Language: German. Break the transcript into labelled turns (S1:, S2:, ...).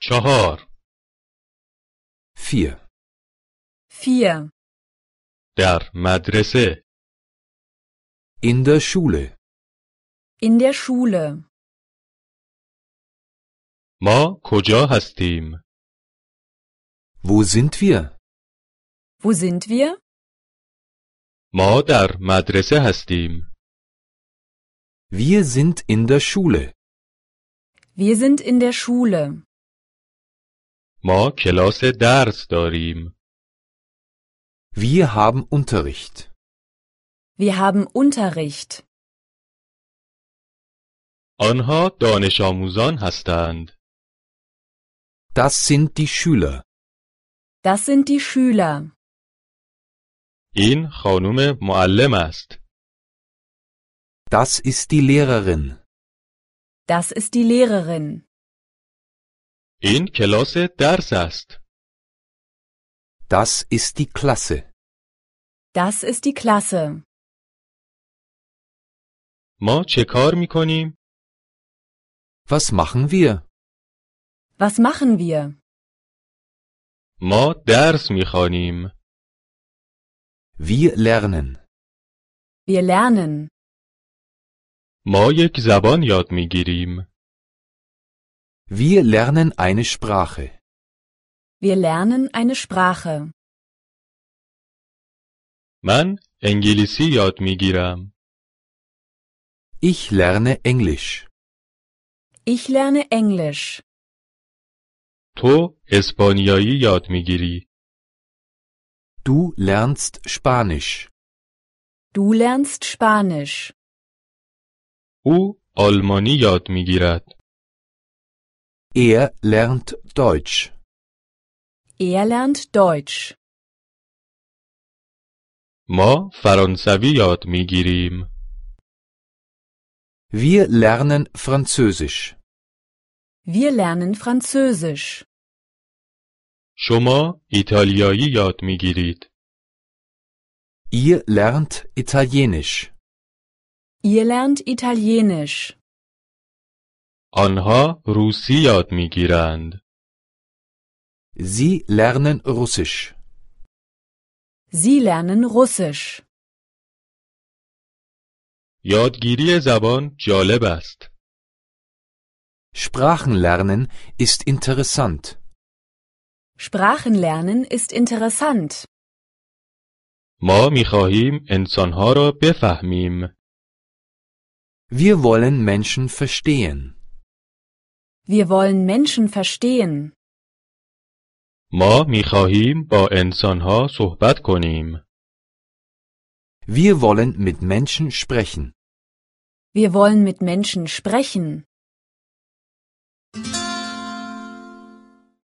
S1: چهار
S2: 4.
S3: 4.
S1: در مدرسه
S2: In der Schule.
S3: In der Schule.
S1: ما کجا هستیم؟
S2: Wo sind wir?
S3: Wo sind wir?
S1: ما در مدرسه هستیم.
S2: Wir sind in der Schule.
S3: Wir sind in der Schule.
S1: ما کلاس درس داریم.
S2: Wir haben Unterricht.
S3: Wir haben Unterricht.
S1: آنها دانش آموزان هستند.
S2: Das sind die Schüler.
S3: Das sind die Schüler.
S1: این خانم معلم است.
S2: Das ist die Lehrerin.
S3: Das ist die Lehrerin.
S1: این کلاس درس است.
S2: Das ist die Klasse.
S3: Das ist die Klasse.
S1: ما چه کار می کنیم؟
S2: Was machen wir?
S3: Was machen wir?
S1: ما درس می خوانیم.
S2: Wir lernen.
S3: Wir lernen.
S1: ما یک زبان یاد می گیریم.
S2: Wir lernen eine Sprache.
S3: Wir lernen eine Sprache.
S1: من انگلیسی یاد می گیرم.
S2: Ich lerne Englisch.
S3: Ich lerne Englisch.
S1: تو اسپانیایی یاد می گیری.
S2: Du lernst Spanisch.
S3: Du lernst Spanisch.
S1: او آلمانی یاد می گیرد.
S2: Er lernt Deutsch.
S3: Er lernt Deutsch.
S1: ما فرانسوی یاد می گیریم.
S2: Wir lernen Französisch.
S3: Wir lernen Französisch.
S1: شما ایتالیایی یاد می گیرید.
S2: Ihr lernt Italienisch.
S3: Ihr lernt Italienisch.
S1: آنها روسی یاد می گیرند.
S2: Sie lernen Russisch.
S3: Sie lernen Russisch.
S1: یادگیری زبان جالب است.
S2: Sprachen lernen ist interessant.
S3: Sprachen lernen ist interessant.
S1: ما می خواهیم انسانها را بفهمیم.
S2: Wir wollen Menschen verstehen.
S3: Wir wollen Menschen verstehen.
S1: ما می خواهیم با انسانها صحبت کنیم.
S2: Wir wollen mit Menschen sprechen.
S3: Wir wollen mit Menschen sprechen.